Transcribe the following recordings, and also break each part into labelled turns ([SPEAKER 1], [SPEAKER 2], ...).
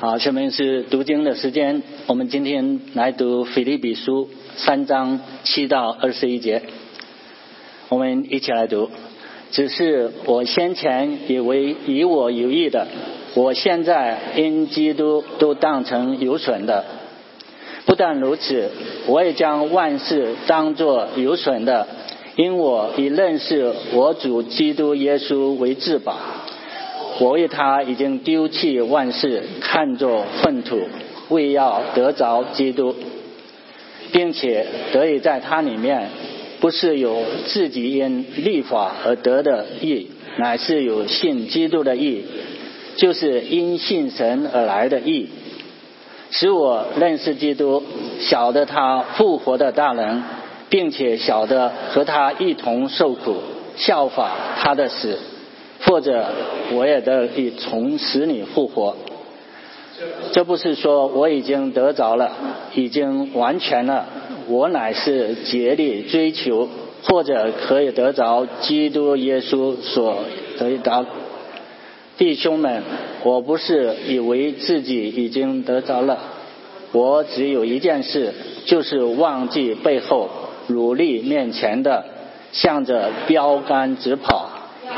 [SPEAKER 1] 好，下面是读经的时间。我们今天来读《腓立比书》三章七到二十一节，我们一起来读。只是我先前以为以我有益的，我现在因基督都当成有损的。不但如此，我也将万事当作有损的，因我以认识我主基督耶稣为至宝。我为他已经丢弃万事，看作粪土，为要得着基督，并且得以在他里面，不是有自己因立法而得的义，乃是有信基督的义，就是因信神而来的义，使我认识基督，晓得他复活的大能，并且晓得和他一同受苦，效法他的死。或者我也得以从死里复活。这不是说我已经得着了，已经完全了，我乃是竭力追求，或者可以得着基督耶稣所得着。弟兄们，我不是以为自己已经得着了，我只有一件事，就是忘记背后，努力面前的，向着标杆直跑。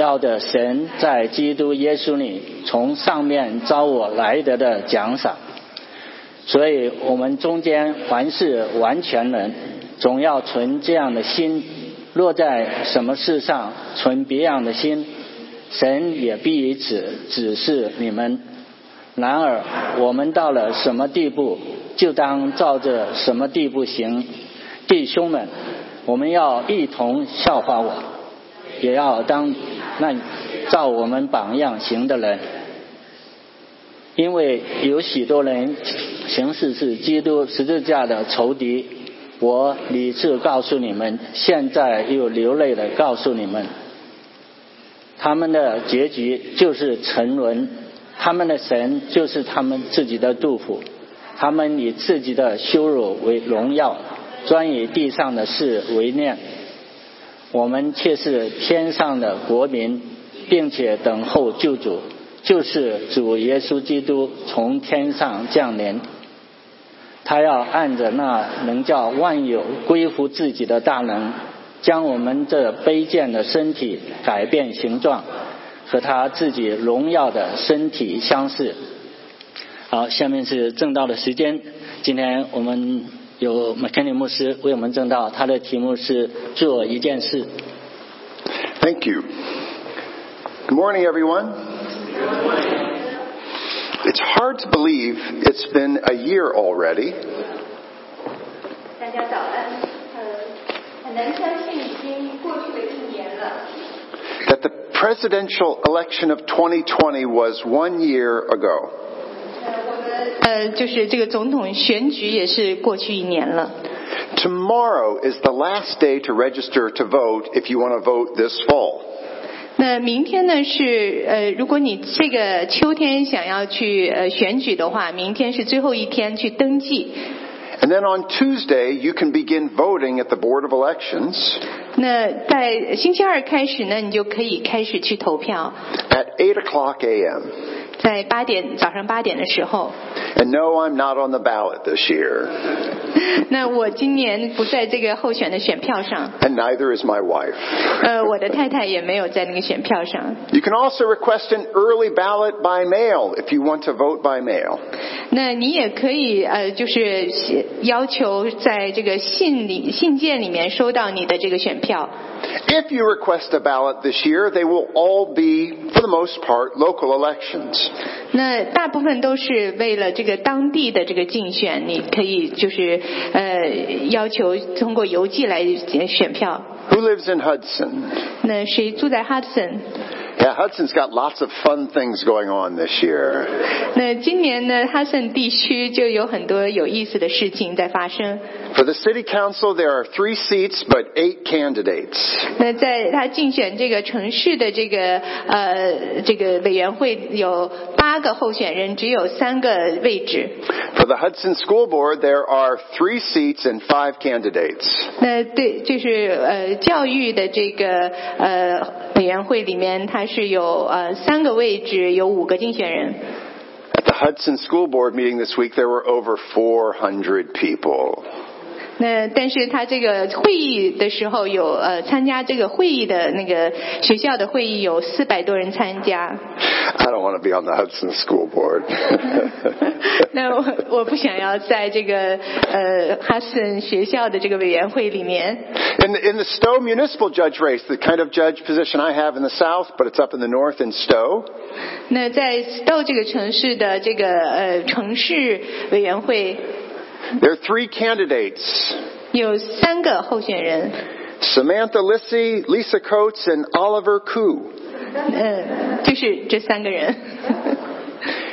[SPEAKER 1] 要的神在基督耶稣里从上面招我来得的奖赏，所以我们中间凡是完全人，总要存这样的心；落在什么事上存别样的心，神也必以此指示你们。然而我们到了什么地步，就当照着什么地步行。弟兄们，我们要一同效法我。也要当那照我们榜样行的人，因为有许多人行事是基督十字架的仇敌。我理智告诉你们，现在又流泪的告诉你们，他们的结局就是沉沦，他们的神就是他们自己的杜甫，他们以自己的羞辱为荣耀，专以地上的事为念。我们却是天上的国民，并且等候救主，就是主耶稣基督从天上降临。他要按着那能叫万有归服自己的大能，将我们这卑贱的身体改变形状，和他自己荣耀的身体相似。好，下面是正道的时间。今天我们。有麦肯尼牧师为我们证道，他的题目是“做一件事
[SPEAKER 2] Thank you. Good morning, everyone. It's hard to believe it's been a year already.
[SPEAKER 3] 大家早安，呃，很难相信已经过去了一年了。
[SPEAKER 2] That the presidential election of 2020 was one year ago.
[SPEAKER 3] 呃，我们呃，就是这个总统选举也是过去一年了。
[SPEAKER 2] Tomorrow is the last day to register to vote if you want to vote this fall.
[SPEAKER 3] 那明天呢是呃，如果你这个秋天想要去呃选举的话，明天是最后一天去登记。
[SPEAKER 2] And then on Tuesday, you can begin voting at the Board of Elections
[SPEAKER 3] 那在星期二开始呢，你就可以开始去投票，
[SPEAKER 2] at 8 o'clock a.m.
[SPEAKER 3] 在八点早上八点的时候。
[SPEAKER 2] And no, I'm not on the ballot this year,
[SPEAKER 3] 那我今年不在这个候选的选票上，
[SPEAKER 2] and neither is my wife.
[SPEAKER 3] 呃，我的太太也没有在那个选票上。
[SPEAKER 2] You can also request an early ballot by mail if you want to vote by mail.
[SPEAKER 3] 那你也可以呃，就是写要求在这个信里信件里面收到你的这个选票。
[SPEAKER 2] If you request a ballot this year, they will all be, for the most part, local elections.
[SPEAKER 3] 那大部分都是为了这个当地的这个竞选，你可以就是呃要求通过邮寄来选票。
[SPEAKER 2] Who lives in Hudson?
[SPEAKER 3] 那谁住在 Hudson？
[SPEAKER 2] Yeah, Hudson's got lots of fun things going on this year.
[SPEAKER 3] 那今年呢，Hudson 地区就有很多有意思的事情在发生。
[SPEAKER 2] For the city council, there are three seats but eight candidates.
[SPEAKER 3] 那在他竞选这个城市的这个呃这个委员会有八个候选人，只有三个位置。
[SPEAKER 2] For the Hudson School Board, there are three seats and five candidates.
[SPEAKER 3] 那对，就是呃教育的这个呃委员会里面，它是有呃三个位置，有五个竞选人。
[SPEAKER 2] At the Hudson School Board meeting this week, there were over 400 people.
[SPEAKER 3] 那但是他这个会议的时候有呃参加这个会议的那个学校的会议有四百多人参加，
[SPEAKER 2] I don't want to be on the Hudson School Board.
[SPEAKER 3] 那我我不想要在这个呃哈森学校的这个委员会里面。
[SPEAKER 2] in, the, in the Stowe municipal judge race, the kind of judge position I have in the South, but it's up in the North in Stowe,
[SPEAKER 3] 那在 Stowe 这个城市的这个呃城市委员会
[SPEAKER 2] there are three candidates
[SPEAKER 3] 有三个候选人，
[SPEAKER 2] Samantha Lissy, Lisa Coates, and Oliver Koo.
[SPEAKER 3] 嗯，就是这三个人。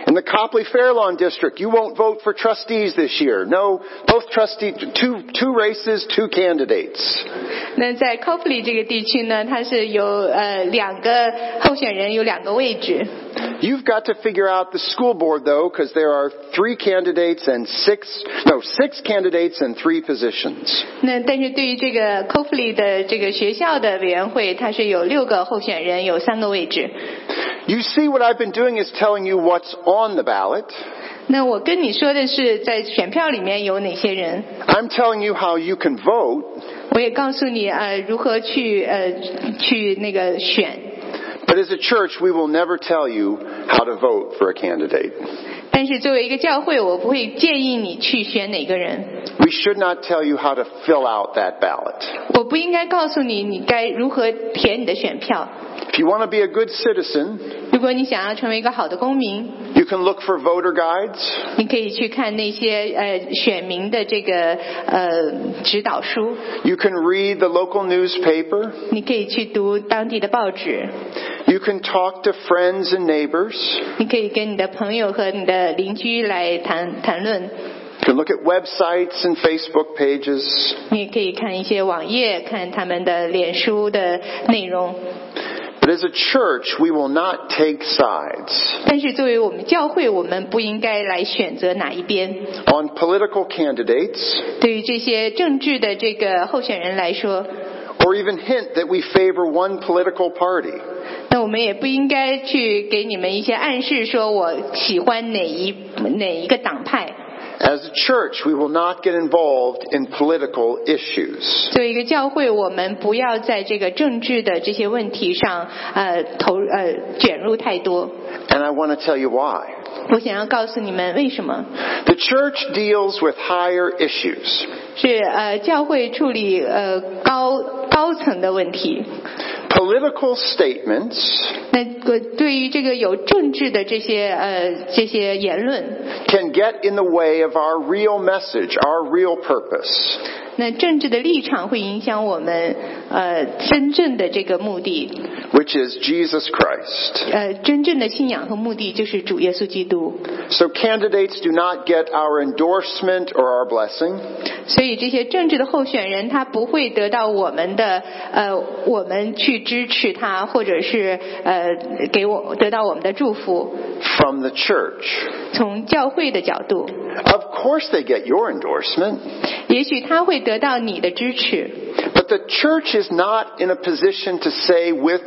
[SPEAKER 2] In the Copley Fairlawn district, you won't vote for trustees this year. No, both trustee, two, two races, two candidates.
[SPEAKER 3] 那在 Copley 这个地区呢，它是有呃两个候选人，有两个位置。
[SPEAKER 2] You've got to figure out the school board though, because there are three candidates and six, no, six candidates and three positions.
[SPEAKER 3] 那但是对于这个 Copley 的这个学校的委员会，它是有六个候选人，有三个位置。
[SPEAKER 2] You see what I've been doing is telling you what's on the ballot.
[SPEAKER 3] 那我跟你说的是，在选票里面有哪些人，
[SPEAKER 2] I'm telling you how you can vote,
[SPEAKER 3] 我也告诉你呃如何去呃去那个选。
[SPEAKER 2] but as a church, we will never tell you how to vote for a candidate.
[SPEAKER 3] 但是作为一个教会，我不会建议你去选哪个人，
[SPEAKER 2] We should not tell you how to fill out that ballot.
[SPEAKER 3] 我不应该告诉你你该如何填你的选票。
[SPEAKER 2] If you want to be a good citizen,
[SPEAKER 3] 如果你想要成为一个好的公民，
[SPEAKER 2] you can look for voter guides.
[SPEAKER 3] 你可以去看那些呃选民的这个呃指导书，
[SPEAKER 2] You can read the local newspaper.
[SPEAKER 3] 你可以去读当地的报纸，
[SPEAKER 2] You can talk to friends and neighbors.
[SPEAKER 3] 你可以跟你的朋友和你的邻居来谈谈论，
[SPEAKER 2] You can look at websites and Facebook pages.
[SPEAKER 3] 你也可以看一些网页，看他们的脸书的内容。
[SPEAKER 2] But as a church, we will not take sides
[SPEAKER 3] 但是作为我们教会，我们不应该来选择哪一边。
[SPEAKER 2] on political candidates
[SPEAKER 3] 对于这些政治的这个候选人来说，
[SPEAKER 2] or even hint that we favor one political party.
[SPEAKER 3] 那我们也不应该去给你们一些暗示，说我喜欢哪一哪一个党派。
[SPEAKER 2] As a church, we will not get involved in political issues.
[SPEAKER 3] 作为一个教会，我们不要在这个政治的这些问题上，呃，投呃卷入太多。
[SPEAKER 2] And I want to tell you why.
[SPEAKER 3] 我想要告诉你们为什么
[SPEAKER 2] The church deals with higher issues.
[SPEAKER 3] 是呃教会处理呃高高层的问题。
[SPEAKER 2] Political statements
[SPEAKER 3] 那个对于这个有政治的这些呃这些言论，
[SPEAKER 2] can get in the way of our real message, our real purpose.
[SPEAKER 3] 那政治的立场会影响我们呃真正的这个目的，
[SPEAKER 2] which is Jesus Christ.
[SPEAKER 3] 呃真正的信仰和目的就是主耶稣基督。
[SPEAKER 2] So candidates do not get our endorsement or our blessing.
[SPEAKER 3] 所以这些政治的候选人他不会得到我们的呃我们去支持他，或者是呃给我得到我们的祝福。
[SPEAKER 2] From the church.
[SPEAKER 3] 从教会的角度，
[SPEAKER 2] Of course they get your endorsement,
[SPEAKER 3] 也许他会得到你的支持，
[SPEAKER 2] but the church is not in a position to say with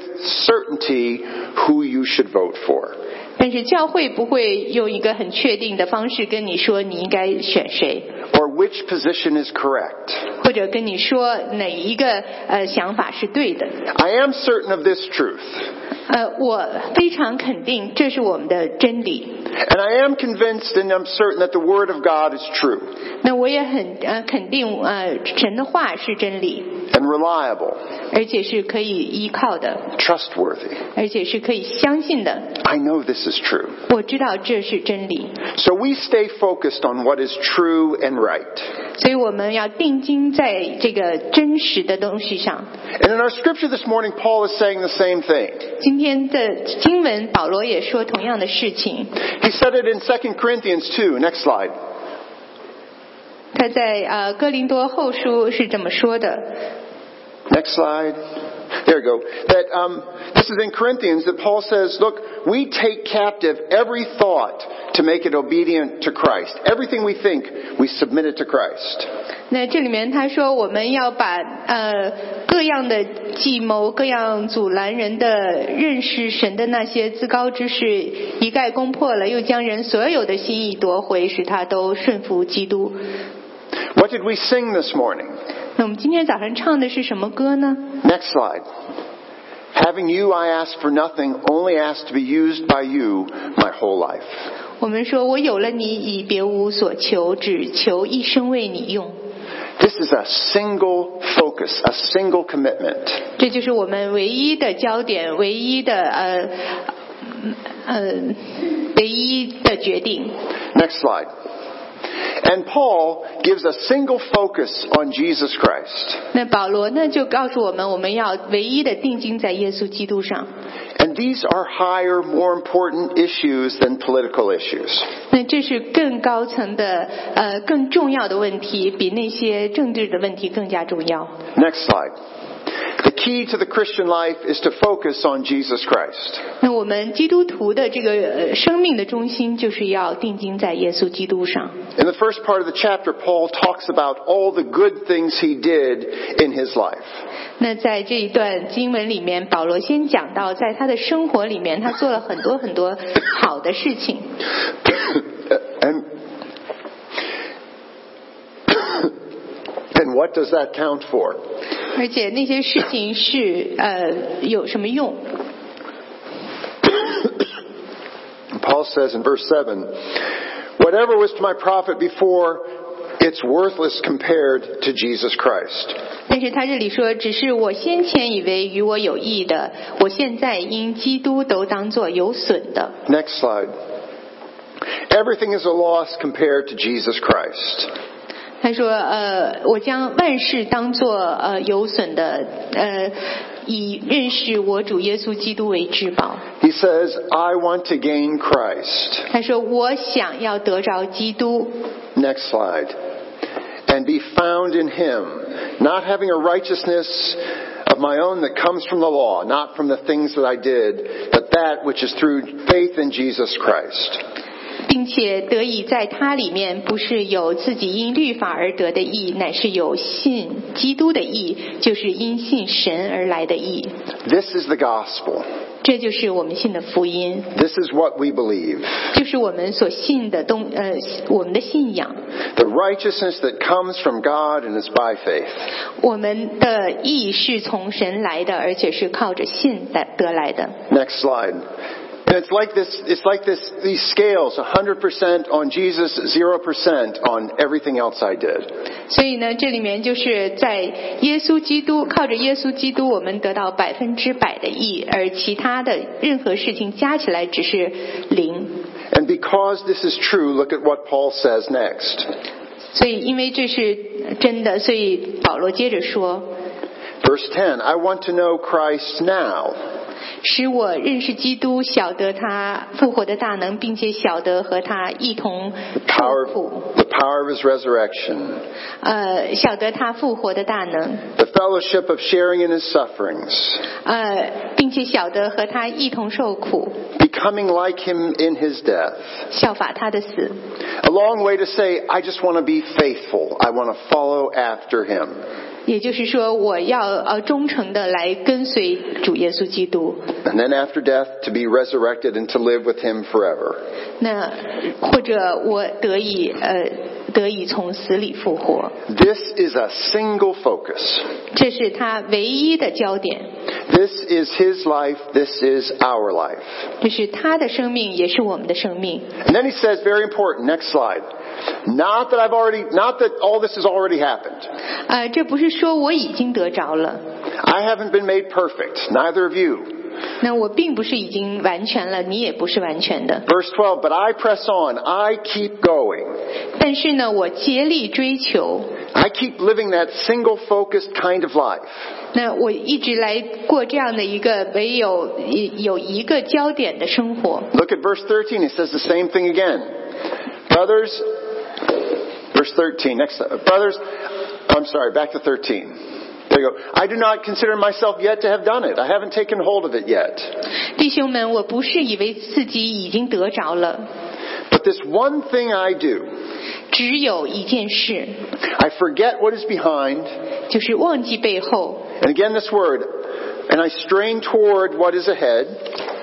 [SPEAKER 2] certainty who you should vote for.
[SPEAKER 3] 但是教会不会用一个很确定的方式跟你说你应该选谁。
[SPEAKER 2] Or which position is correct.
[SPEAKER 3] 或者跟你说哪一个呃想法是对的。
[SPEAKER 2] I am certain of this truth,
[SPEAKER 3] 呃，我非常肯定这是我们的真理。
[SPEAKER 2] and I am convinced and I'm certain that the Word of God is true
[SPEAKER 3] 那我也很呃肯定呃神的话是真理，
[SPEAKER 2] and reliable,
[SPEAKER 3] 而且是可以依靠的，
[SPEAKER 2] trustworthy.
[SPEAKER 3] 而且是可以相信的。
[SPEAKER 2] I know this is true.
[SPEAKER 3] 我知道这是真理，
[SPEAKER 2] So we stay focused on what is true and right.
[SPEAKER 3] 所以我们要定睛在这个真实的东西上。
[SPEAKER 2] And in our scripture this morning, Paul is saying the same thing.
[SPEAKER 3] 今天的经文，保罗也说同样的事情。
[SPEAKER 2] He said it in 2 Corinthians 2. Next slide.
[SPEAKER 3] 他在呃哥林多后书是这么说的。
[SPEAKER 2] Next slide. There you go. That um, this is in Corinthians that Paul says, "Look, we take captive every thought to make it obedient to Christ. Everything we think, we submit it to Christ."
[SPEAKER 3] 那这里面他说，我们要把呃各样的计谋、各样阻拦人的认识神的那些自高之事一概攻破了，又将人所有的心意夺回，使他都顺服基督。
[SPEAKER 2] What did we sing this morning?
[SPEAKER 3] 那我们今天早上唱的是什么歌呢？
[SPEAKER 2] Next slide. Having you, I ask for nothing, only ask to be used by you my whole life.
[SPEAKER 3] 我们说我有了你，已别无所求，只求一生为你用。
[SPEAKER 2] This is a single focus, a single commitment.
[SPEAKER 3] 这就是我们唯一的焦点，唯一的呃呃唯一的决定。
[SPEAKER 2] Next slide. And Paul gives a single focus on Jesus Christ.
[SPEAKER 3] 那保罗呢，就告诉我们，我们要唯一的定睛在耶稣基督上。
[SPEAKER 2] And these are higher, more important issues than political issues.
[SPEAKER 3] 那这是更高层的呃更重要的问题，比那些政治的问题更加重要。
[SPEAKER 2] Next slide. The key to the Christian life is to focus on Jesus Christ.
[SPEAKER 3] 那我们基督徒的这个呃生命的中心，就是要定睛在耶稣基督上。
[SPEAKER 2] In the first part of the chapter, Paul talks about all the good things he did in his life.
[SPEAKER 3] 那在这一段经文里面，保罗先讲到，在他的生活里面，他做了很多很多好的事情。
[SPEAKER 2] and and what does that count for?
[SPEAKER 3] 而且那些事情是呃有什么用？
[SPEAKER 2] Paul says in verse seven, "Whatever was to my profit before, it's worthless compared to Jesus Christ."
[SPEAKER 3] 但是他这里说，只是我先前以为与我有益的，我现在因基督都当作有损的。
[SPEAKER 2] Next slide. Everything is a loss compared to Jesus Christ.
[SPEAKER 3] 他说，呃，我将万事当作呃有损的，呃，以认识我主耶稣基督为至宝。
[SPEAKER 2] He says, "I want to gain Christ."
[SPEAKER 3] 他说，我想要得着基督，
[SPEAKER 2] Next slide. And be found in him, not having a righteousness of my own that comes from the law, not from the things that I did, but that which is through faith in Jesus Christ.
[SPEAKER 3] 并且得以在他里面，不是有自己因律法而得的义，乃是有信基督的义，就是因信神而来的义。
[SPEAKER 2] This is the gospel.
[SPEAKER 3] 这就是我们信的福音，
[SPEAKER 2] This is what we believe.
[SPEAKER 3] 就是我们所信的东呃，我们的信仰，
[SPEAKER 2] The righteousness that comes from God and is by faith.
[SPEAKER 3] 我们的义是从神来的，而且是靠着信的得来的。
[SPEAKER 2] Next slide. And it's like this, it's like this, these scales, 100% on Jesus, 0% on everything else I did.
[SPEAKER 3] 所以呢，这里面就是在耶稣基督靠着耶稣基督，我们得到百分之百的义，而其他的任何事情加起来只是零。
[SPEAKER 2] And because this is true, look at what Paul says next.
[SPEAKER 3] 所以，因为这是真的，所以保罗接着说
[SPEAKER 2] Verse 10 I want to know Christ now,：“
[SPEAKER 3] 使我认识基督，晓得他复活的大能，并且晓得和他一同
[SPEAKER 2] power,
[SPEAKER 3] 受苦，
[SPEAKER 2] the power of his resurrection,
[SPEAKER 3] 呃，晓得他复活的大能，
[SPEAKER 2] the fellowship of sharing in his sufferings,
[SPEAKER 3] 呃，并且晓得和他一同受苦，
[SPEAKER 2] becoming like him in his death.
[SPEAKER 3] 效法他的死。
[SPEAKER 2] A long way to say, I just want to be faithful. I want to follow after him. ”
[SPEAKER 3] 也就是说，我要呃忠诚的来跟随主耶稣基督。
[SPEAKER 2] And then after death, to be resurrected and to live with him forever.
[SPEAKER 3] 那或者我得以呃得以从死里复活，
[SPEAKER 2] This is a single focus.
[SPEAKER 3] 这是他唯一的焦点。
[SPEAKER 2] This is his life. This is our life.
[SPEAKER 3] 这是他的生命，也是我们的生命。
[SPEAKER 2] And then he says, very important, next slide. Not that I've already, not that all this has already happened.
[SPEAKER 3] 呃，这不是说我已经得着了，
[SPEAKER 2] I haven't been made perfect, neither of you.
[SPEAKER 3] 那我并不是已经完全了，你也不是完全的。
[SPEAKER 2] Verse 12, but I press on, I keep going.
[SPEAKER 3] 但是呢，我竭力追求，
[SPEAKER 2] I keep living that single focused kind of life.
[SPEAKER 3] 那我一直来过这样的一个唯有有一个焦点的生活。
[SPEAKER 2] Look at verse 13, it says the same thing again. Brothers, verse 13, next, uh, brothers, I'm sorry, back to 13. There you go. I do not consider myself yet to have done it. I haven't taken hold of it yet.
[SPEAKER 3] 弟兄们，我不是以为自己已经得着了，
[SPEAKER 2] But this one thing I do,
[SPEAKER 3] 只有一件事，
[SPEAKER 2] I forget what is behind,
[SPEAKER 3] 就是忘记背后，
[SPEAKER 2] and again this word, and I strain toward what is ahead.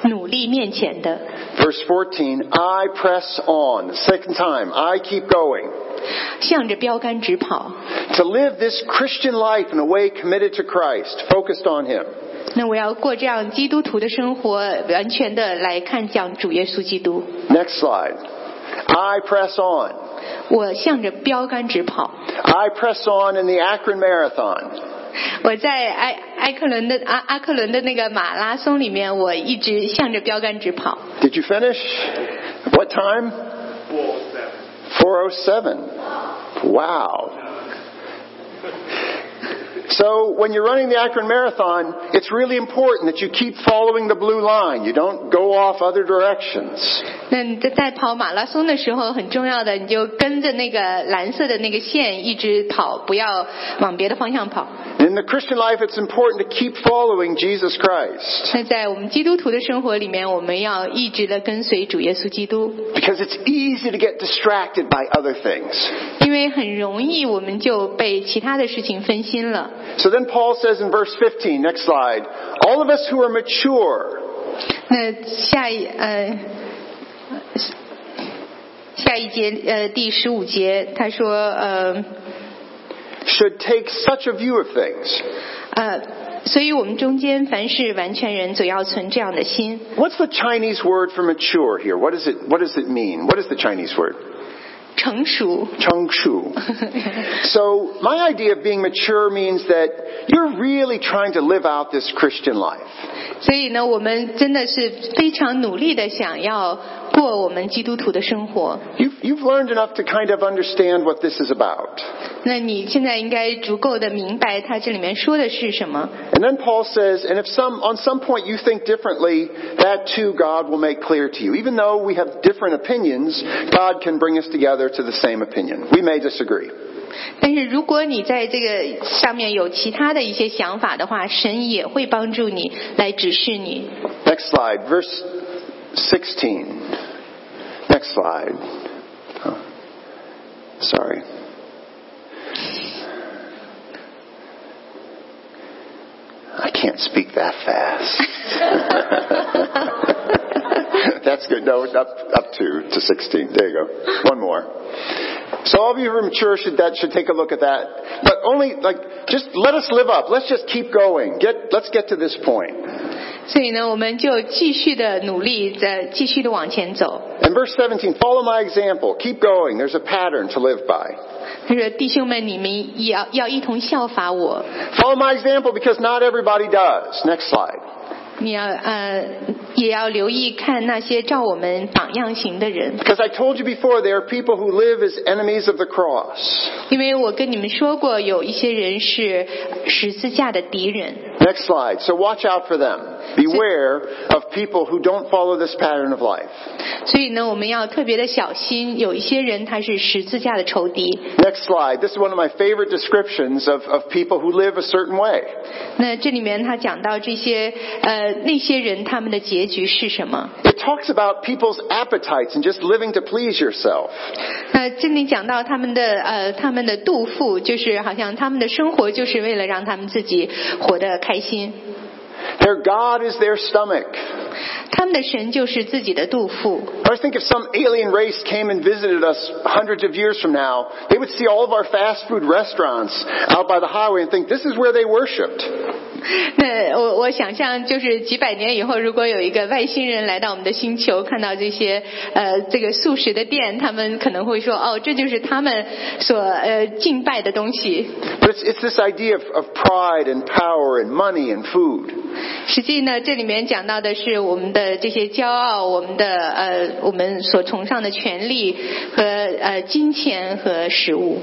[SPEAKER 3] 努力面前的。
[SPEAKER 2] Verse 14, I press on. The second time, I keep going.
[SPEAKER 3] 向着标杆直跑。
[SPEAKER 2] To live this Christian life in a way committed to Christ, focused on Him.
[SPEAKER 3] 那我要过这样基督徒的生活，完全的来看向主耶稣基督。
[SPEAKER 2] Next slide. I press on.
[SPEAKER 3] 我向着标杆直跑。
[SPEAKER 2] I press on in the Akron Marathon.
[SPEAKER 3] 我在埃埃克伦的阿阿克伦的那个马拉松里面，我一直向着标杆直跑。
[SPEAKER 2] Did you finish? What time? 407. 407. Wow. So when you're running the Akron Marathon, it's really important that you keep following the blue line. You don't go off other directions.
[SPEAKER 3] 那你在在跑马拉松的时候，很重要的，你就跟着那个蓝色的那个线一直跑，不要往别的方向跑。
[SPEAKER 2] In the Christian life, it's important to keep following Jesus Christ
[SPEAKER 3] 那在我们基督徒的生活里面，我们要一直的跟随主耶稣基督。
[SPEAKER 2] because it's easy to get distracted by other things.
[SPEAKER 3] 因为很容易我们就被其他的事情分心了。
[SPEAKER 2] So then Paul says in verse 15, next slide, all of us who are mature,
[SPEAKER 3] 那下一呃下一节呃第十五节他说呃
[SPEAKER 2] should take such a view of things.
[SPEAKER 3] 呃，所以我们中间凡是完全人，总要存这样的心。
[SPEAKER 2] What's the Chinese word for mature here? What, is it, what does it mean? What is the Chinese word?
[SPEAKER 3] 成熟，
[SPEAKER 2] Changshu. so my idea of being mature means that you're really trying to live out this Christian life.
[SPEAKER 3] 所以呢，我们真的是非常努力的想要过我们基督徒的生活。
[SPEAKER 2] You've, you've learned enough to kind of understand what this is about.
[SPEAKER 3] 那你现在应该足够的明白他这里面说的是什么。
[SPEAKER 2] And then Paul says, and if some, on some point you think differently, that too God will make clear to you. Even though we have different opinions, God can bring us together to the same opinion. We may disagree.
[SPEAKER 3] 但是如果你在这个上面有其他的一些想法的话，神也会帮助你来指示你。
[SPEAKER 2] Next slide, verse 16. Next slide. Oh, sorry. I can't speak that fast. That's good. No, up, up to, to 16. There you go. One more. So all of you who are mature should that should take a look at that. But only like just let us live up. Let's just keep going. Get let's get to this point.
[SPEAKER 3] 所以呢，我们就继续的努力，再继续的往前走。
[SPEAKER 2] And verse 17, follow my example. Keep going. There's a pattern to live by.
[SPEAKER 3] 他说：“弟兄们，你们也要要一同效法我，
[SPEAKER 2] Follow my example because not everybody does. Next slide.
[SPEAKER 3] 你要呃，也要留意看那些照我们榜样行的人，
[SPEAKER 2] Because I told you before, there are people who live as enemies of the cross.
[SPEAKER 3] 因为我跟你们说过，有一些人是呃十字架的敌人。”
[SPEAKER 2] Next slide. So watch out for them. Beware of people who don't follow this pattern of life.
[SPEAKER 3] 所以呢，我们要特别的小心。有一些人他是十字架的仇敌，
[SPEAKER 2] Next slide. This is one of my favorite descriptions of, of people who live a certain way.
[SPEAKER 3] 那这里面他讲到这些呃那些人他们的结局是什么？
[SPEAKER 2] It talks about people's appetites and just living to please yourself.
[SPEAKER 3] 那这里讲到他们的呃他们的肚腹，就是好像他们的生活就是为了让他们自己活得开心。
[SPEAKER 2] Their God is their stomach.
[SPEAKER 3] 他们的神就是自己的肚腹。
[SPEAKER 2] I always think if some alien race came and visited us hundreds of years from now, they would see all of our fast food restaurants out by the highway and think this is where they worshipped.
[SPEAKER 3] 那我我想象就是几百年以后，如果有一个外星人来到我们的星球，看到这些呃这个素食的店，他们可能会说哦，这就是他们所呃敬拜的东西。
[SPEAKER 2] But it's, it's this idea of, of pride and power and money and food.
[SPEAKER 3] 实际呢，这里面讲到的是我们的这些骄傲，我们的呃我们所崇尚的权利和呃金钱和食物。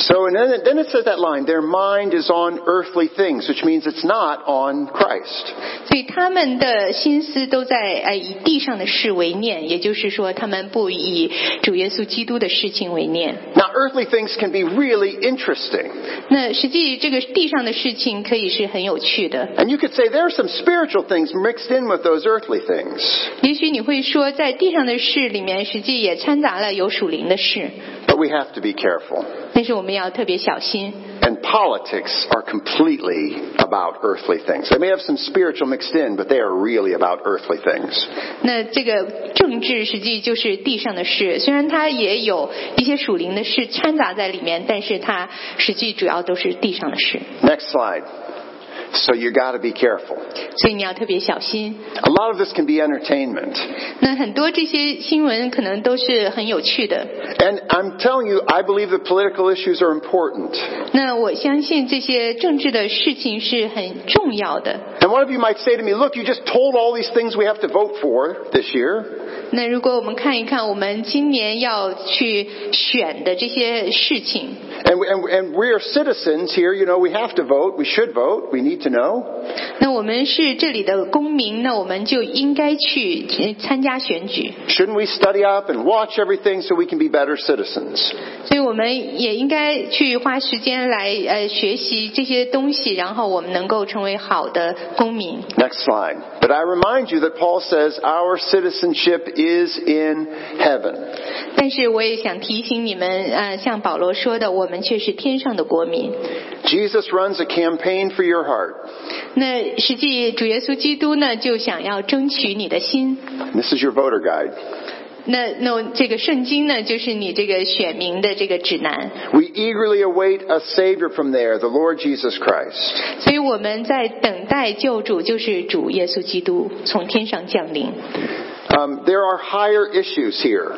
[SPEAKER 2] So, and then, then it says that line, their mind is on earthly things, which means it's not on Christ.
[SPEAKER 3] 所以他们的心思都在呃以地上的事为念，也就是说，他们不以主耶稣基督的事情为念。
[SPEAKER 2] Now, earthly things can be really interesting.
[SPEAKER 3] 那实际这个地上的事情可以是很有趣的。
[SPEAKER 2] And you could say there are some spiritual things mixed in with those earthly things.
[SPEAKER 3] 也许你会说，在地上的事里面，实际也掺杂了有属灵的事，
[SPEAKER 2] But we have to be careful.
[SPEAKER 3] 但是我们要特别小心。
[SPEAKER 2] And politics are completely about earthly things. They may have some spiritual mixed in, but they are really about earthly things.
[SPEAKER 3] 那这个政治实际就是地上的事，虽然它也有一些属灵的事掺杂在里面，但是它实际主要都是地上的事，
[SPEAKER 2] Next slide. So you gotta be careful.
[SPEAKER 3] 所以你要特别小心。
[SPEAKER 2] A lot of this can be entertainment.
[SPEAKER 3] 那很多这些新闻可能都是很有趣的。
[SPEAKER 2] And I'm telling you, I believe the political issues are important.
[SPEAKER 3] 那我相信这些政治的事情是很重要的。
[SPEAKER 2] And one of you might say to me, look, you just told all these things we have to vote for this year.
[SPEAKER 3] 那如果我们看一看我们今年要去选的这些事情，
[SPEAKER 2] And, and, and we are citizens here, you know, we have to vote, we should vote, we need to know.
[SPEAKER 3] 那我们是这里的公民，那我们就应该去呃参加选举，
[SPEAKER 2] Shouldn't we study up and watch everything so we can be better citizens?
[SPEAKER 3] 所以我们也应该去花时间来呃学习这些东西，然后我们能够成为好的公民。
[SPEAKER 2] Next slide. But I remind you that Paul says our citizenship is in heaven.
[SPEAKER 3] 但是我也想提醒你们，呃，像保罗说的，我们却是天上的国民。
[SPEAKER 2] Jesus runs a campaign for your heart.
[SPEAKER 3] 那实际主耶稣基督呢，就想要争取你的心。
[SPEAKER 2] This is your voter guide.
[SPEAKER 3] 那那这个圣经呢，就是你这个选民的这个指南。
[SPEAKER 2] We eagerly await a Savior from there, the Lord Jesus Christ.
[SPEAKER 3] 所以我们在等待救主，就是主耶稣基督从天上降临。
[SPEAKER 2] Um, there are higher issues here,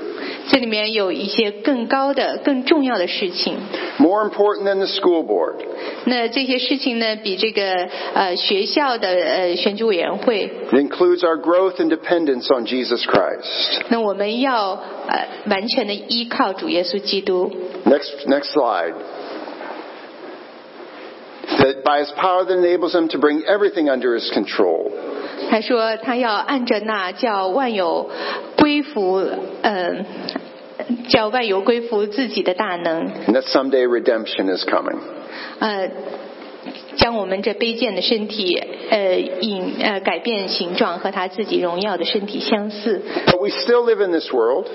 [SPEAKER 3] 这里面有一些更高的、更重要的事情。
[SPEAKER 2] more important than the school board.
[SPEAKER 3] 那这些事情呢，比这个呃学校的呃选举委员会，
[SPEAKER 2] It includes our growth and dependence on Jesus Christ.
[SPEAKER 3] 那我们要呃完全的依靠主耶稣基督。
[SPEAKER 2] Next, next slide. That by his power that enables him to bring everything under his control.
[SPEAKER 3] 他说他要按着那叫万有归服，嗯、叫万有归服自己的大能，
[SPEAKER 2] and that someday redemption is coming.
[SPEAKER 3] 呃，将我们这卑贱的身体，呃，引呃改变形状，和他自己荣耀的身体相似。
[SPEAKER 2] But we still live in this world.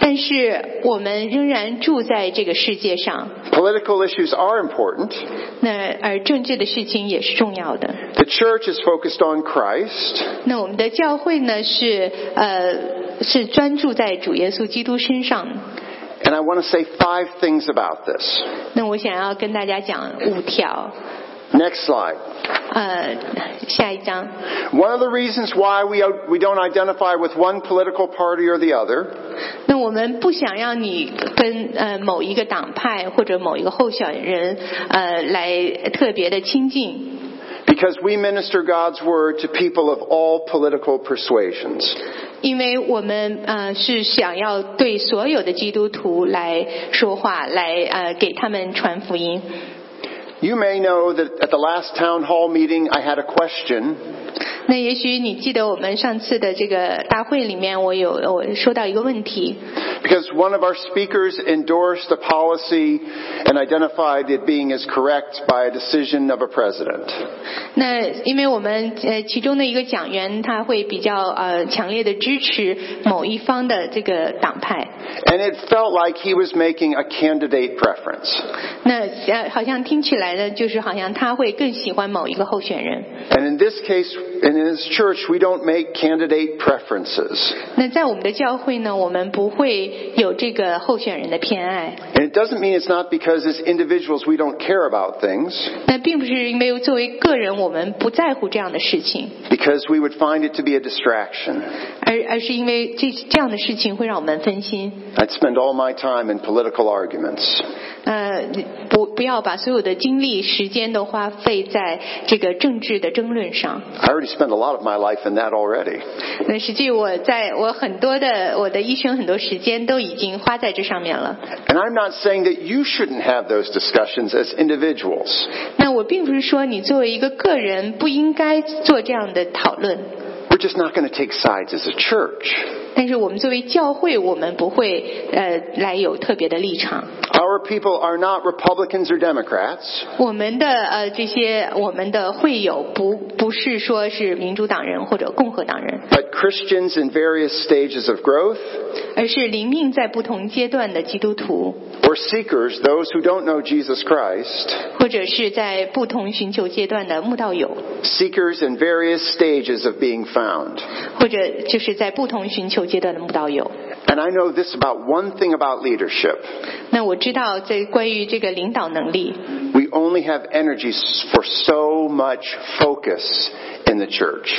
[SPEAKER 3] 但是我们仍然住在这个世界上，
[SPEAKER 2] Political issues are important.
[SPEAKER 3] 那而政治的事情也是重要的。
[SPEAKER 2] The church is focused on Christ,
[SPEAKER 3] 那我们的教会呢是呃是专注在主耶稣基督身上。
[SPEAKER 2] and I want to say five things about this.
[SPEAKER 3] 那我想要跟大家讲五条，
[SPEAKER 2] Next slide.
[SPEAKER 3] 呃，下一章。
[SPEAKER 2] One of the reasons why we, we don't identify with one political party or the other
[SPEAKER 3] 那我们不想让你跟呃某一个党派或者某一个候选人呃来特别的亲近，
[SPEAKER 2] because we minister God's word to people of all political persuasions.
[SPEAKER 3] 因为我们呃是想要对所有的基督徒来说话，来呃给他们传福音。
[SPEAKER 2] You may know that at the last town hall meeting, I had a question
[SPEAKER 3] 那也许你记得我们上次的这个大会里面，我有我说到一个问题，
[SPEAKER 2] Because one of our speakers endorsed a policy and identified it being as correct by a decision of a president.
[SPEAKER 3] 那因为我们呃其中的一个讲员他会比较呃强烈的支持某一方的这个党派，
[SPEAKER 2] And it felt like he was making a candidate preference.
[SPEAKER 3] 那呃，好像听起来呢，就是好像他会更喜欢某一个候选人。
[SPEAKER 2] And in this case, and in his church, we don't make candidate preferences.
[SPEAKER 3] 那在我们的教会呢，我们不会有这个候选人的偏爱。
[SPEAKER 2] And it doesn't mean it's not because as individuals we don't care about things,
[SPEAKER 3] 那并不是因为作为个人我们不在乎这样的事情，
[SPEAKER 2] because we would find it to be a distraction.
[SPEAKER 3] 而而是因为这这样的事情会让我们分心。
[SPEAKER 2] I'd spend all my time in political arguments.
[SPEAKER 3] 呃，不不要把所有的精力、时间都花费在这个政治的争论上。
[SPEAKER 2] I already spent spent a lot of my life in that already.
[SPEAKER 3] 那实际我在我很多的我的一生很多时间都已经花在这上面了。
[SPEAKER 2] And I'm not saying that you shouldn't have those discussions as individuals.
[SPEAKER 3] 那我并不是说你作为一个个人不应该做这样的讨论，
[SPEAKER 2] We're just not going to take sides as a church.
[SPEAKER 3] 但是我们作为教会，我们不会呃来有特别的立场。
[SPEAKER 2] Our people are not Republicans or Democrats.
[SPEAKER 3] 我们的呃这些我们的会友不不是说是民主党人或者共和党人，
[SPEAKER 2] But Christians in various stages of growth,
[SPEAKER 3] 而是灵命在不同阶段的基督徒，
[SPEAKER 2] or seekers, those who don't know Jesus Christ,
[SPEAKER 3] 或者是在不同寻求阶段的慕道友，
[SPEAKER 2] seekers in various stages of being found.
[SPEAKER 3] 或者就是在不同寻求阶段的慕道友。
[SPEAKER 2] And I know this about one thing about leadership
[SPEAKER 3] 那我知道在关于这个领导能力，
[SPEAKER 2] we only have energy s- for so much focus in the church.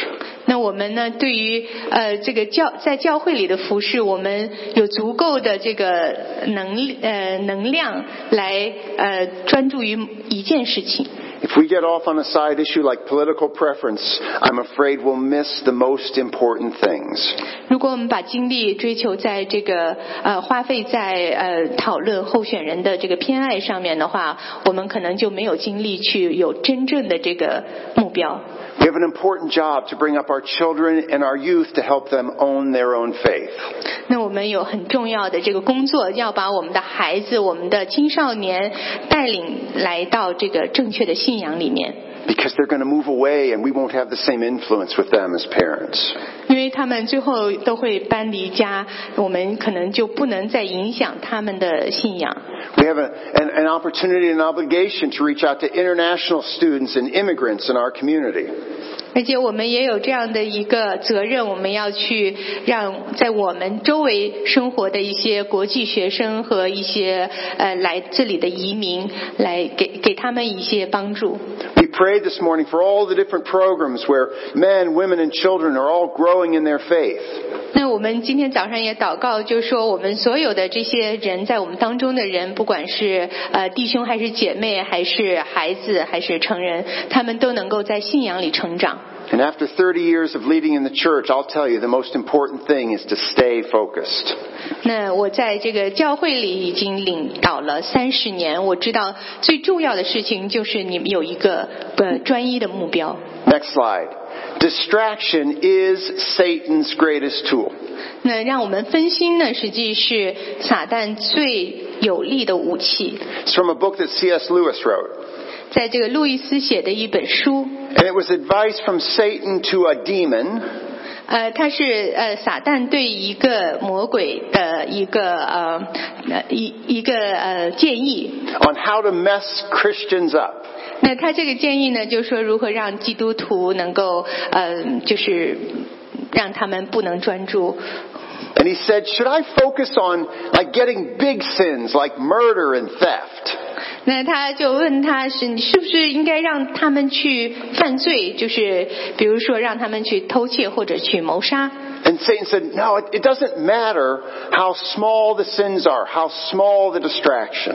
[SPEAKER 3] 那我们呢对于呃这个教在教会里的服饰，我们有足够的这个能力呃能量来呃专注于一件事情。
[SPEAKER 2] If we get off on a side issue like political preference, I'm afraid we'll miss the most important things.
[SPEAKER 3] 如果我们把精力追求在这个呃花费在呃讨论候选人的这个偏爱上面的话，我们可能就没有精力去有真正的这个目标。
[SPEAKER 2] We have an important job to bring up our children and our youth to help them own their own faith.
[SPEAKER 3] 那我们有很重要的这个工作，要把我们的孩子、我们的青少年带领来到这个正确的信仰里面，
[SPEAKER 2] Because they're going to move away and we won't have the same influence with them as parents.
[SPEAKER 3] 因为他们最后都会搬离家，我们可能就不能再影响他们的信仰。
[SPEAKER 2] We have a, an, an opportunity and obligation to reach out to international students and immigrants in our community.
[SPEAKER 3] 而且我们也有这样的一个责任，我们要去让在我们周围生活的一些国际学生和一些呃来这里的移民，来给给他们一些帮助。
[SPEAKER 2] We prayed this morning for all the different programs where men, women, and children are all growing in their faith.
[SPEAKER 3] 那我们今天早上也祷告，就说我们所有的这些人在我们当中的人，不管是呃弟兄还是姐妹，还是孩子还是成人，他们都能够在信仰里成长。
[SPEAKER 2] And after 30 years of leading in the church, I'll tell you the most important thing is to stay focused.
[SPEAKER 3] 那我在这个教会里已经领导了三十年，我知道最重要的事情就是你们有一个呃专一的目标。
[SPEAKER 2] Next slide. Distraction is Satan's greatest tool.
[SPEAKER 3] 那让我们分心呢，实际是撒旦最有力的武器。
[SPEAKER 2] It's from a book that C.S. Lewis wrote.
[SPEAKER 3] 在这个路易斯写的一本书，
[SPEAKER 2] And it was advice from Satan to a demon
[SPEAKER 3] 呃，它是呃撒旦对一个魔鬼的一个呃呃一一个呃建议。
[SPEAKER 2] on how to mess Christians up.
[SPEAKER 3] 那他这个建议呢，就是说如何让基督徒能够呃，就是让他们不能专注。
[SPEAKER 2] And he said, should I focus on like getting big sins like murder and theft?
[SPEAKER 3] 那他就问他是你是不是应该让他们去犯罪，就是比如说让他们去偷窃或者去谋杀。
[SPEAKER 2] And Satan said, No, it, it doesn't matter how small the sins are, how small the distraction.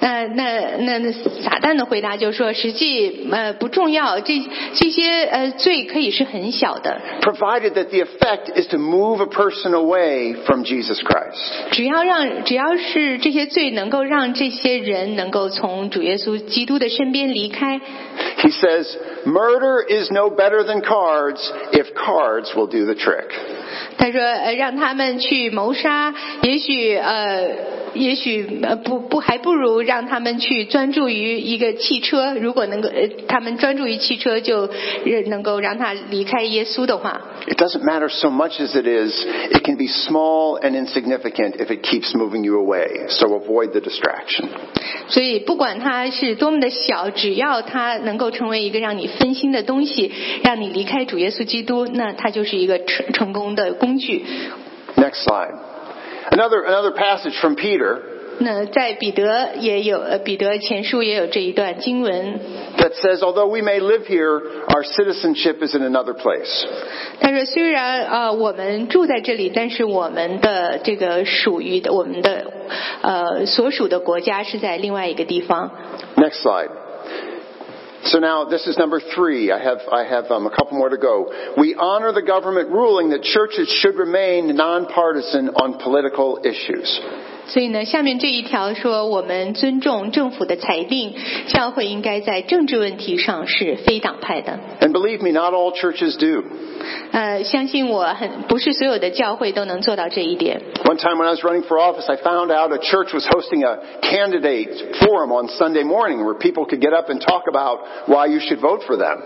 [SPEAKER 3] 那那那那撒旦的回答就是说，实际呃不重要，这这些呃罪可以是很小的，
[SPEAKER 2] Provided that the effect is to move a person away from Jesus Christ.
[SPEAKER 3] 只要让只要是这些罪能够让这些人能够从主耶稣基督的身边离开，
[SPEAKER 2] He says, Murder is no better than cards if cards will do the trick.
[SPEAKER 3] 他说，呃，让他们去谋杀，也许呃，也许呃，不不，还不如让他们去专注于一个汽车。如果能够，呃，他们专注于汽车，就呃能够让他离开耶稣的话，
[SPEAKER 2] It doesn't matter so much as it is, it can be small and insignificant if it keeps moving you away. So avoid the distraction.
[SPEAKER 3] 所以不管它是多么的小，只要它能够成为一个让你分心的东西，让你离开主耶稣基督，那它就是一个成成功的工具。
[SPEAKER 2] Next slide. Another, another passage from Peter.
[SPEAKER 3] 那在彼得也有，呃，彼得前书也有这一段经文。
[SPEAKER 2] that says, although we may live here, our citizenship is in another place.
[SPEAKER 3] 他说：“虽然呃我们住在这里，但是我们的这个属于的我们的呃所属的国家是在另外一个地方。
[SPEAKER 2] Next slide. So now this is number three. I have, I have um, a couple more to go. We honor the government ruling that churches should remain nonpartisan on political issues.
[SPEAKER 3] 所以呢，下面这一条说，我们尊重政府的裁定，教会应该在政治问题上是非党派的。
[SPEAKER 2] And believe me, not all churches do.
[SPEAKER 3] 呃，相信我很不是所有的教会都能做到这一点。
[SPEAKER 2] One time when I was running for office, I found out a church was hosting a candidate forum on Sunday morning where people could get up and talk about why you should vote for them.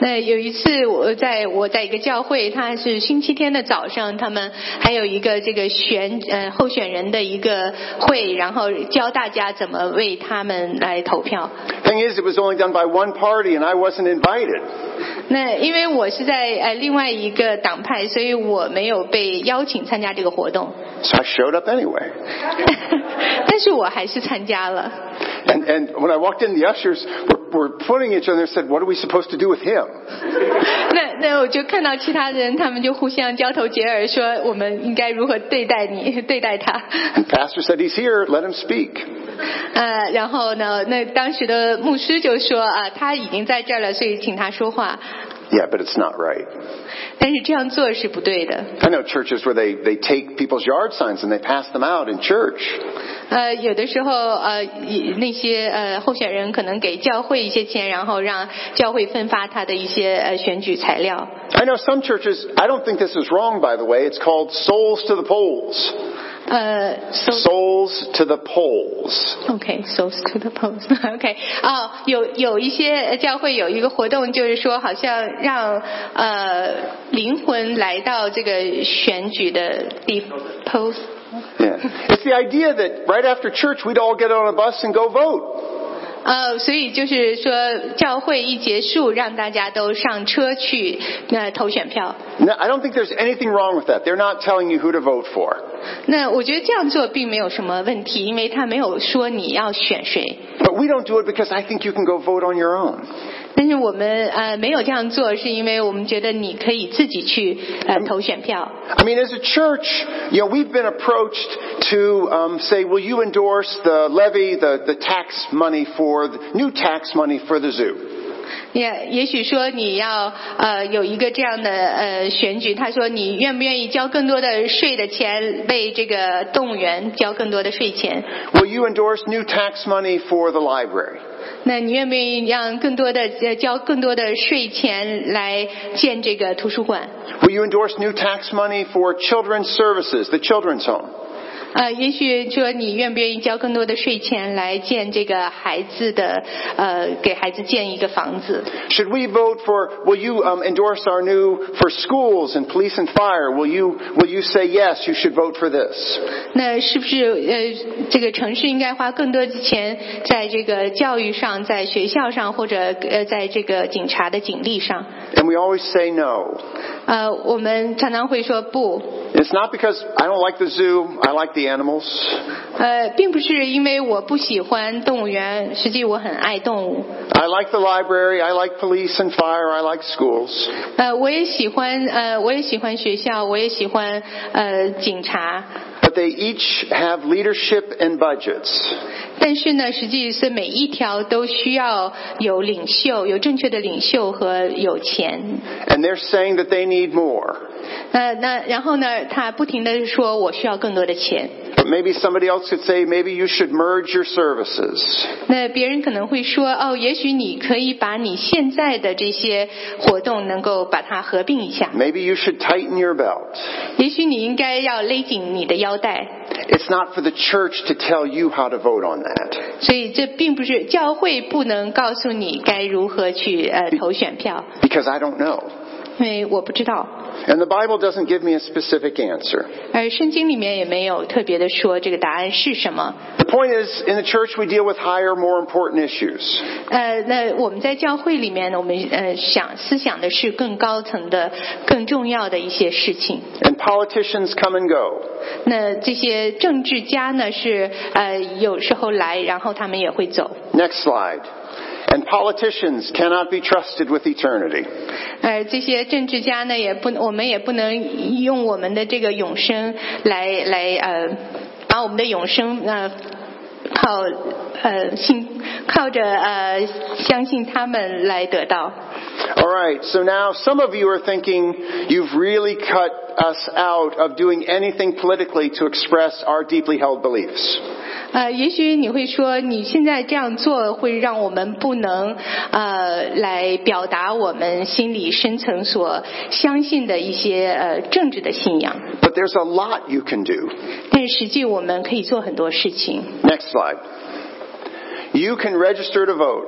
[SPEAKER 3] 那有一次，我在我在一个教会，它是星期天的早上，他们还有一个这个选呃候选人的一个会，然后教大家怎么为他们来投票。
[SPEAKER 2] Thing is, it was only done by one party and I wasn't invited.
[SPEAKER 3] 那因为我是在呃另外一个党派，所以我没有被邀请参加这个活动，
[SPEAKER 2] So I showed up anyway.
[SPEAKER 3] 但是我还是参加了。
[SPEAKER 2] And, and when I walked in, the ushers were, were putting each other and said, what are we supposed to do with him?
[SPEAKER 3] 那那我就看到其他人，他们就互相交头接耳，说我们应该如何对待你， 对待他。
[SPEAKER 2] And pastor said, he's here, let him speak.
[SPEAKER 3] 呃，然后呢，那当时的牧师就说啊，他已经在这儿了，所以请他说话。
[SPEAKER 2] Yeah, but it's not right.
[SPEAKER 3] 但是这样做是不对的。
[SPEAKER 2] I know churches where they, they take people's yard signs and they pass them out in church.
[SPEAKER 3] 呃，有的时候呃，以那些呃候选人可能给教会一些钱，然后让教会分发他的一些呃选举材料。
[SPEAKER 2] I know some churches, I don't think this is wrong, by the way. It's called souls to the polls.
[SPEAKER 3] 呃，so
[SPEAKER 2] Souls to the polls.
[SPEAKER 3] OK, so to the post. OK，哦，有有一些呃教会有一个活动，就是说好像让呃灵魂来到这个选举的地 post。
[SPEAKER 2] Yeah. It's the idea that right after church, we'd all get on a bus and go vote.
[SPEAKER 3] 呃，所以就是说，教会一结束，让大家都上车去那投选票。
[SPEAKER 2] No, I don't think there's anything wrong with that. They're not telling you who to vote for.
[SPEAKER 3] 那我觉得这样做并没有什么问题，因为他没有说你要选谁。
[SPEAKER 2] But we don't do it because I think you can go vote on your own.
[SPEAKER 3] 但是我们呃没有这样做，是因为我们觉得你可以自己去呃投选票。
[SPEAKER 2] I mean, as a church, you know, we've been approached to um, say, will you endorse the levy, the, the tax money for, the, new tax money for the zoo?
[SPEAKER 3] 也也许说你要呃有一个这样的呃选举，他说你愿不愿意交更多的税的钱，为这个动物园交更多的税钱？
[SPEAKER 2] Will you endorse new tax money for the library?
[SPEAKER 3] 那你愿不愿意让更多的呃交更多的税钱来建这个图书馆？
[SPEAKER 2] Will you endorse new tax money for children's services, the children's home?
[SPEAKER 3] 呃，也许说你愿不愿意交更多的税钱来建这个孩子的呃给孩子建一个房子？
[SPEAKER 2] Should we vote for, will you um, endorse our new, for schools and police and fire? Will you, will you say yes, you should vote for this?
[SPEAKER 3] 那是不是呃，这个城市应该花更多的钱在这个教育上，在学校上，或者呃，在这个警察的警力上？
[SPEAKER 2] And we always say no.
[SPEAKER 3] 呃，我们常常会说不，
[SPEAKER 2] It's not because I don't like the zoo, I like the animals.
[SPEAKER 3] 呃，并不是因为我不喜欢动物园，实际我很爱动物，
[SPEAKER 2] I like the library. I like police and fire. I like schools.
[SPEAKER 3] 呃，我也喜欢呃，我也喜欢学校，我也喜欢呃警察，
[SPEAKER 2] But they each have leadership and budgets.
[SPEAKER 3] 但是呢，实际是每一条都需要有领袖，有正确的领袖和有钱。
[SPEAKER 2] And they're saying that they need more.
[SPEAKER 3] 呃，那然后呢，他不停的说我需要更多的钱。
[SPEAKER 2] But maybe somebody else could say, maybe you should merge your services.
[SPEAKER 3] 那别人可能会说，哦，也许你可以把你现在的这些活动能够把它合并一下，
[SPEAKER 2] Maybe you should tighten your belt.
[SPEAKER 3] 也许你应该要勒紧你的腰带。
[SPEAKER 2] It's not for the church to tell you how to vote on that.
[SPEAKER 3] 所以这并不是教会不能告诉你该如何去呃投选票，
[SPEAKER 2] Because I don't know.
[SPEAKER 3] 因为我不知道，
[SPEAKER 2] And the Bible doesn't give me a specific answer.
[SPEAKER 3] 而圣经里面也没有特别的说这个答案是什么。
[SPEAKER 2] The point is, in the church we deal with higher, more important issues.
[SPEAKER 3] 呃，那我们在教会里面呢，我们呃想思想的是更高层的、更重要的一些事情。
[SPEAKER 2] And politicians come and go.
[SPEAKER 3] 那这些政治家呢是呃有时候来，然后他们也会走。
[SPEAKER 2] Next slide. And politicians cannot be trusted with eternity.
[SPEAKER 3] 呃，这些政治家呢也不，我们也不能用我们的这个永生来来呃把我们的永生呃靠呃信靠着呃相信他们来得到。
[SPEAKER 2] All right, so now some of you are thinking you've really cut us out of doing anything politically to express our deeply held beliefs.
[SPEAKER 3] 呃，也许你会说，你现在这样做会让我们不能呃来表达我们心里深层所相信的一些呃政治的信仰，
[SPEAKER 2] But there's a lot you can do.
[SPEAKER 3] 但是实际我们可以做很多事情。
[SPEAKER 2] Next slide. You can register to vote,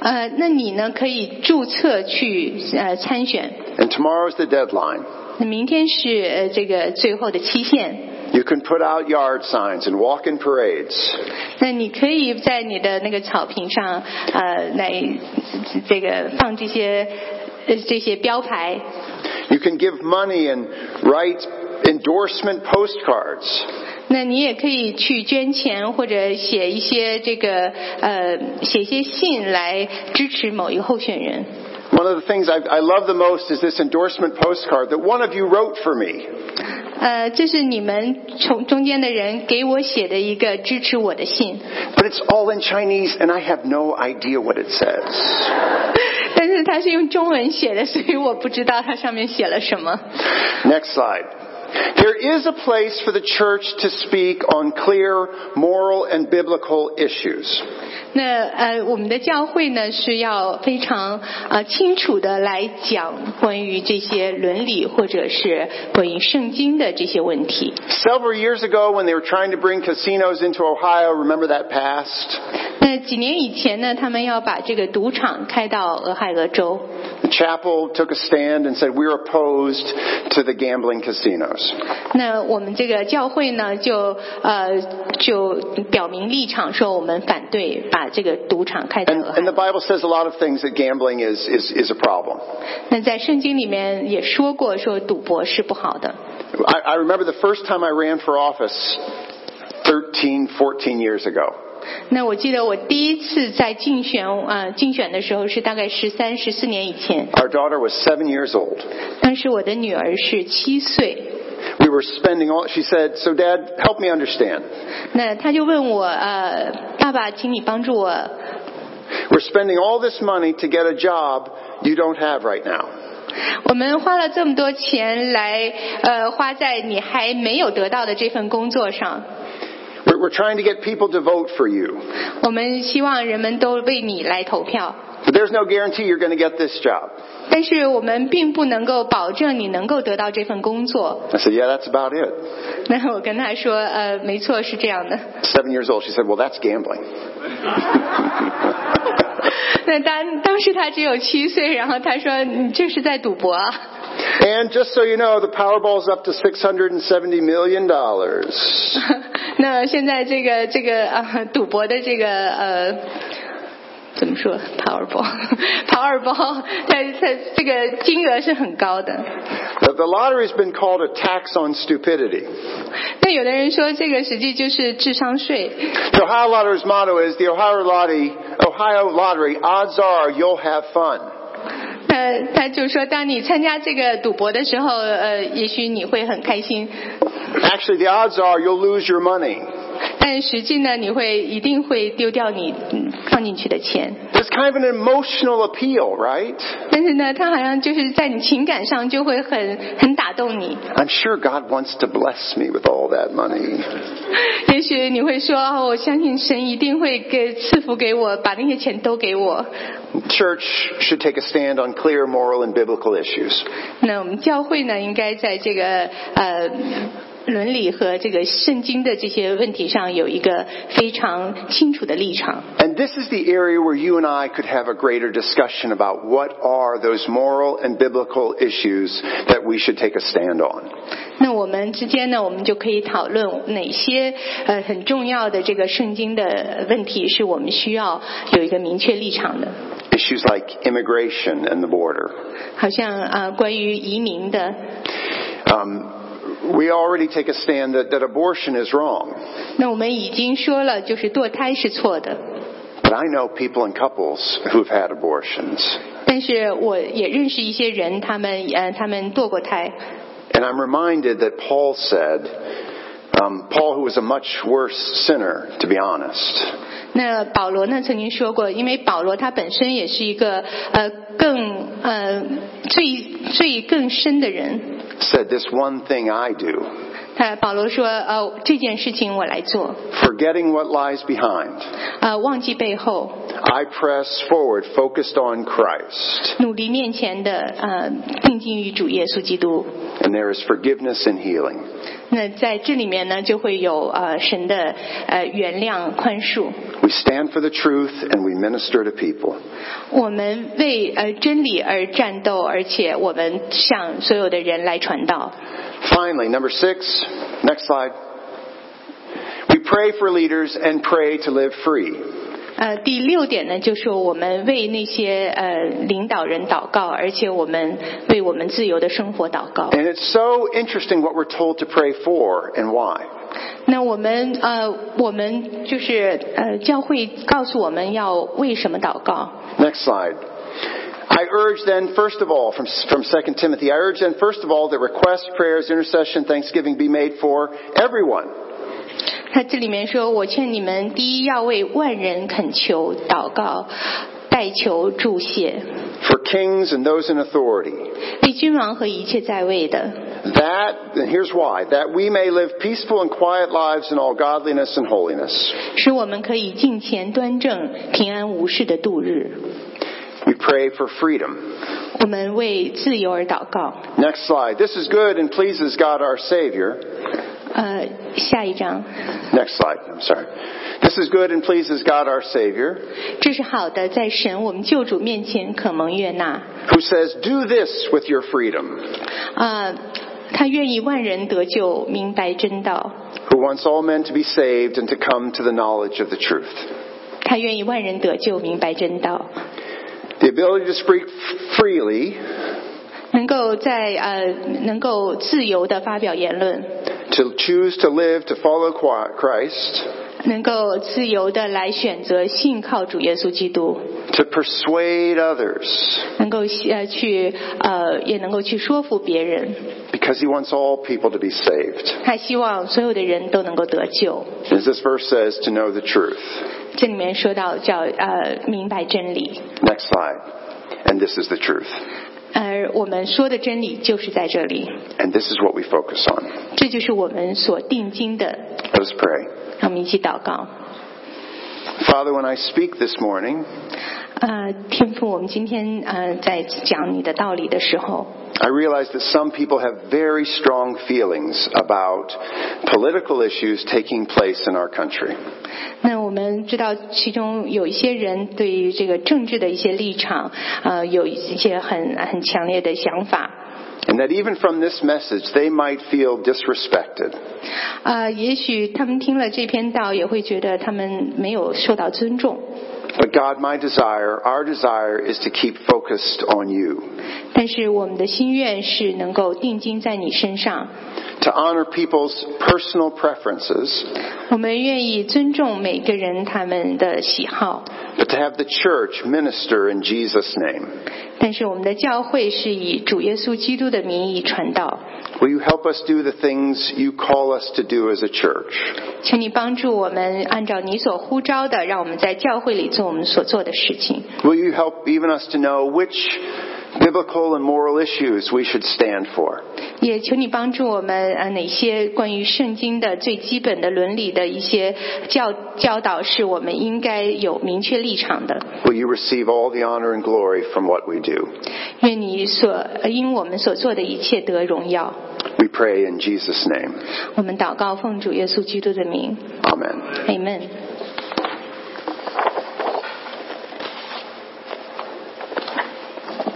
[SPEAKER 3] 呃，那你呢可以注册去呃参选，
[SPEAKER 2] and tomorrow's the deadline.
[SPEAKER 3] 那明天是呃这个最后的期限。
[SPEAKER 2] You can put out yard signs and walk in parades.
[SPEAKER 3] 那你可以在你的那个草坪上，呃，来这个放这些呃这些标牌，
[SPEAKER 2] You can give money and write endorsement postcards.
[SPEAKER 3] 那你也可以去捐钱或者写一些这个呃写一些信来支持某一个候选人。
[SPEAKER 2] One of the things I, I love the most is this endorsement postcard that one of you wrote for me.
[SPEAKER 3] 呃，这是你们从中间的人给我写的一个支持我的信，
[SPEAKER 2] But it's all in Chinese and I have no idea what it says.
[SPEAKER 3] 但是它是用中文写的，所以我不知道它上面写了什么。
[SPEAKER 2] Next slide. There is a place for the church to speak on clear moral and biblical issues.
[SPEAKER 3] 那呃，我们的教会呢是要非常呃清楚的来讲关于这些伦理或者是关于圣经的这些问题。
[SPEAKER 2] Several years ago when they were trying to bring casinos into Ohio, remember that passed?
[SPEAKER 3] 那几年以前呢，他们要把这个赌场开到俄亥俄州，
[SPEAKER 2] The chapel took a stand and said, we're opposed to the gambling casinos.
[SPEAKER 3] 那我们这个教会呢就呃就表明立场，说我们反对把这个赌场开到
[SPEAKER 2] And,
[SPEAKER 3] 俄亥
[SPEAKER 2] and the
[SPEAKER 3] 俄。
[SPEAKER 2] Bible says a lot of things that gambling is, is, is a problem.
[SPEAKER 3] 那在圣经里面也说过，说赌博是不好的。
[SPEAKER 2] I, I remember the first time I ran for office 13, 14 years ago.
[SPEAKER 3] 那我记得我第一次在竞选呃竞选的时候是大概十三十四年以前，
[SPEAKER 2] Our daughter was seven years old.
[SPEAKER 3] 当时我的女儿是七岁，
[SPEAKER 2] We were spending all, she said, so dad, help me understand.
[SPEAKER 3] 那她就问我呃爸爸，请你帮助我，
[SPEAKER 2] We're spending all this money to get a job you don't have right now.
[SPEAKER 3] 我们花了这么多钱来呃花在你还没有得到的这份工作上，
[SPEAKER 2] We're, we're trying to get people to vote for you.
[SPEAKER 3] 我们希望人们都为你来投票，
[SPEAKER 2] But there's no guarantee you're going to get this job.
[SPEAKER 3] 但是我们并不能够保证你能够得到这份工作。
[SPEAKER 2] I said, yeah, that's about it.
[SPEAKER 3] 那我跟她说呃没错是这样的。
[SPEAKER 2] Seven years old. She said, well, that's gambling.
[SPEAKER 3] 那当当时他只有七岁，然后他说你这是在赌博啊。
[SPEAKER 2] And just so you know, the Powerball's up to $670 million.
[SPEAKER 3] 那现在这个这个呃赌博的这个呃。怎么说？Powerball，Powerball，它 它这个金额是很高的。
[SPEAKER 2] The, the lottery's been called a tax on stupidity.
[SPEAKER 3] 但有的人说，这个实际就是智商税。
[SPEAKER 2] The Ohio Lottery's motto is the Ohio Lottery, Ohio Lottery, odds are you'll have fun.
[SPEAKER 3] 呃，他就说，当你参加这个赌博的时候，呃，也许你会很开心，
[SPEAKER 2] Actually, the odds are you'll lose your money.
[SPEAKER 3] 但实际呢，你会一定会丢掉你嗯放进去的钱。
[SPEAKER 2] There's kind of an emotional appeal, right?
[SPEAKER 3] 但是呢，他好像就是在你情感上就会很很打动你。
[SPEAKER 2] I'm sure God wants to bless me with all that money.
[SPEAKER 3] 也许你会说，哦我相信神一定会给赐福给我，把那些钱都给我。
[SPEAKER 2] Church should take a stand on clear moral and biblical issues.
[SPEAKER 3] 那我们教会呢，应该在这个呃伦理和这个圣经的这些问题上有一个非常清楚的立场。
[SPEAKER 2] And this is the area where you and I could have a greater discussion about what are those moral and biblical issues that we should take a stand on.
[SPEAKER 3] 那我们之间呢，我们就可以讨论哪些呃很重要的这个圣经的问题是我们需要有一个明确立场的，
[SPEAKER 2] Issues like immigration and the border.
[SPEAKER 3] 好像呃关于移民的。
[SPEAKER 2] Um, we already take a stand that, that abortion is wrong.
[SPEAKER 3] 那我们已经说了，就是堕胎是错的，
[SPEAKER 2] But I know people and couples who've had abortions.
[SPEAKER 3] 但是我也认识一些人，他们呃，他们堕过胎。
[SPEAKER 2] And I'm reminded that Paul said, Um, Paul, who was a much worse sinner, to be honest,
[SPEAKER 3] 那保罗呢曾经说过，因为保罗他本身也是一个呃更呃罪罪更深的人。
[SPEAKER 2] said, This one thing I do,
[SPEAKER 3] 他保罗说，呃这件事情我来做，
[SPEAKER 2] forgetting what lies behind,
[SPEAKER 3] 呃忘记背后，
[SPEAKER 2] I press forward, focused on Christ.
[SPEAKER 3] 努力面前的呃定睛于主耶稣基督。
[SPEAKER 2] And there is forgiveness and healing.
[SPEAKER 3] 那在这里面呢，就会有呃神的呃原谅宽恕。
[SPEAKER 2] We stand for the truth and we minister to people.
[SPEAKER 3] 我们为呃真理而战斗，而且我们向所有的人来传道。
[SPEAKER 2] Finally, number six, next slide. We pray for leaders and pray to live free.
[SPEAKER 3] 呃，第六点呢，就是我们为那些呃领导人祷告，而且我们为我们自由的生活祷告。
[SPEAKER 2] And it's so interesting what we're told to pray for and why.
[SPEAKER 3] 那我们呃，我们就是呃，教会告诉我们要为什么祷告。
[SPEAKER 2] Next slide. I urge then, first of all, from, from 2 Timothy, I urge then, first of all, that requests, prayers, intercession, thanksgiving be made for everyone.
[SPEAKER 3] 他这里面说：“我劝你们，第一要为万人恳求、祷告、代求、祝谢，
[SPEAKER 2] For kings and those in authority.
[SPEAKER 3] 为君王和一切在位的，
[SPEAKER 2] That, and here's why, that we may live peaceful and quiet lives in all godliness and holiness.
[SPEAKER 3] 使我们可以敬虔端正、平安无事的度日。
[SPEAKER 2] We pray for freedom.
[SPEAKER 3] 我们为自由而祷告。
[SPEAKER 2] Next slide. This is good and pleases God our Savior. ”
[SPEAKER 3] 呃，下一章，
[SPEAKER 2] Next slide. I'm sorry. This is good and pleases God our Savior,
[SPEAKER 3] 这是好的，在神我们救主面前可蒙悦纳。
[SPEAKER 2] who says, Do this with your freedom,
[SPEAKER 3] 啊、他愿意万人得救，明白真道；
[SPEAKER 2] who wants all men to be saved and to come to the knowledge of the truth.
[SPEAKER 3] 他愿意万人得救，明白真道。
[SPEAKER 2] The ability to speak f- freely,
[SPEAKER 3] 能够在呃，能够自由的发表言论，
[SPEAKER 2] to choose to live, to follow Qui- Christ,
[SPEAKER 3] 能够自由的来选择信靠主耶稣基督，
[SPEAKER 2] to persuade others,
[SPEAKER 3] 能够呃去呃，也能够去说服别人。
[SPEAKER 2] because He wants all people to be saved.
[SPEAKER 3] 他希望所有的人都能够得救。
[SPEAKER 2] As this verse says, to know the truth.
[SPEAKER 3] 这里面说到叫呃明白真理，
[SPEAKER 2] Next slide. And this is the truth.
[SPEAKER 3] 而我们说的真理就是在这里，
[SPEAKER 2] And this is what we focus on.
[SPEAKER 3] 这就是我们所定睛的。
[SPEAKER 2] Let us pray.
[SPEAKER 3] 让我们一起祷告。
[SPEAKER 2] Father, when I speak this morning,
[SPEAKER 3] 呃，天父，我们今天呃在讲你的道理的时候，
[SPEAKER 2] I realize that some people have very strong feelings about political issues taking place in our country.
[SPEAKER 3] 那我们知道，其中有一些人对于这个政治的一些立场，呃，有一些很很强烈的想法，
[SPEAKER 2] And that even from this message, they might feel disrespected.
[SPEAKER 3] 呃，也许他们听了这篇道，也会觉得他们没有受到尊重。
[SPEAKER 2] But God, my desire, our desire is to keep focused on you,
[SPEAKER 3] 但是我们的心愿是能够定睛在你身上，
[SPEAKER 2] to honor people's personal preferences,
[SPEAKER 3] 我们愿意尊重每个人他们的喜好，
[SPEAKER 2] but to have the church minister in Jesus' name.
[SPEAKER 3] 但是我们的教会是以主耶稣基督的名义传道。
[SPEAKER 2] Will you help us do the things you call us to do as a church?
[SPEAKER 3] 请你帮助我们按照你所呼召的，让我们在教会里做我们所做的事情。
[SPEAKER 2] Will you help even us to know which biblical and moral issues we should stand for?
[SPEAKER 3] 也求你帮助我们，呃，哪些关于圣经的最基本的伦理的一些教教导，是我们应该有明确立场的。
[SPEAKER 2] Will you receive all the honor and glory from what we do?
[SPEAKER 3] 愿你所呃因我们所做的一切得荣耀。
[SPEAKER 2] We pray in Jesus' name.
[SPEAKER 3] 我们祷告，奉主耶稣基督的名
[SPEAKER 2] Amen.
[SPEAKER 3] ，Amen。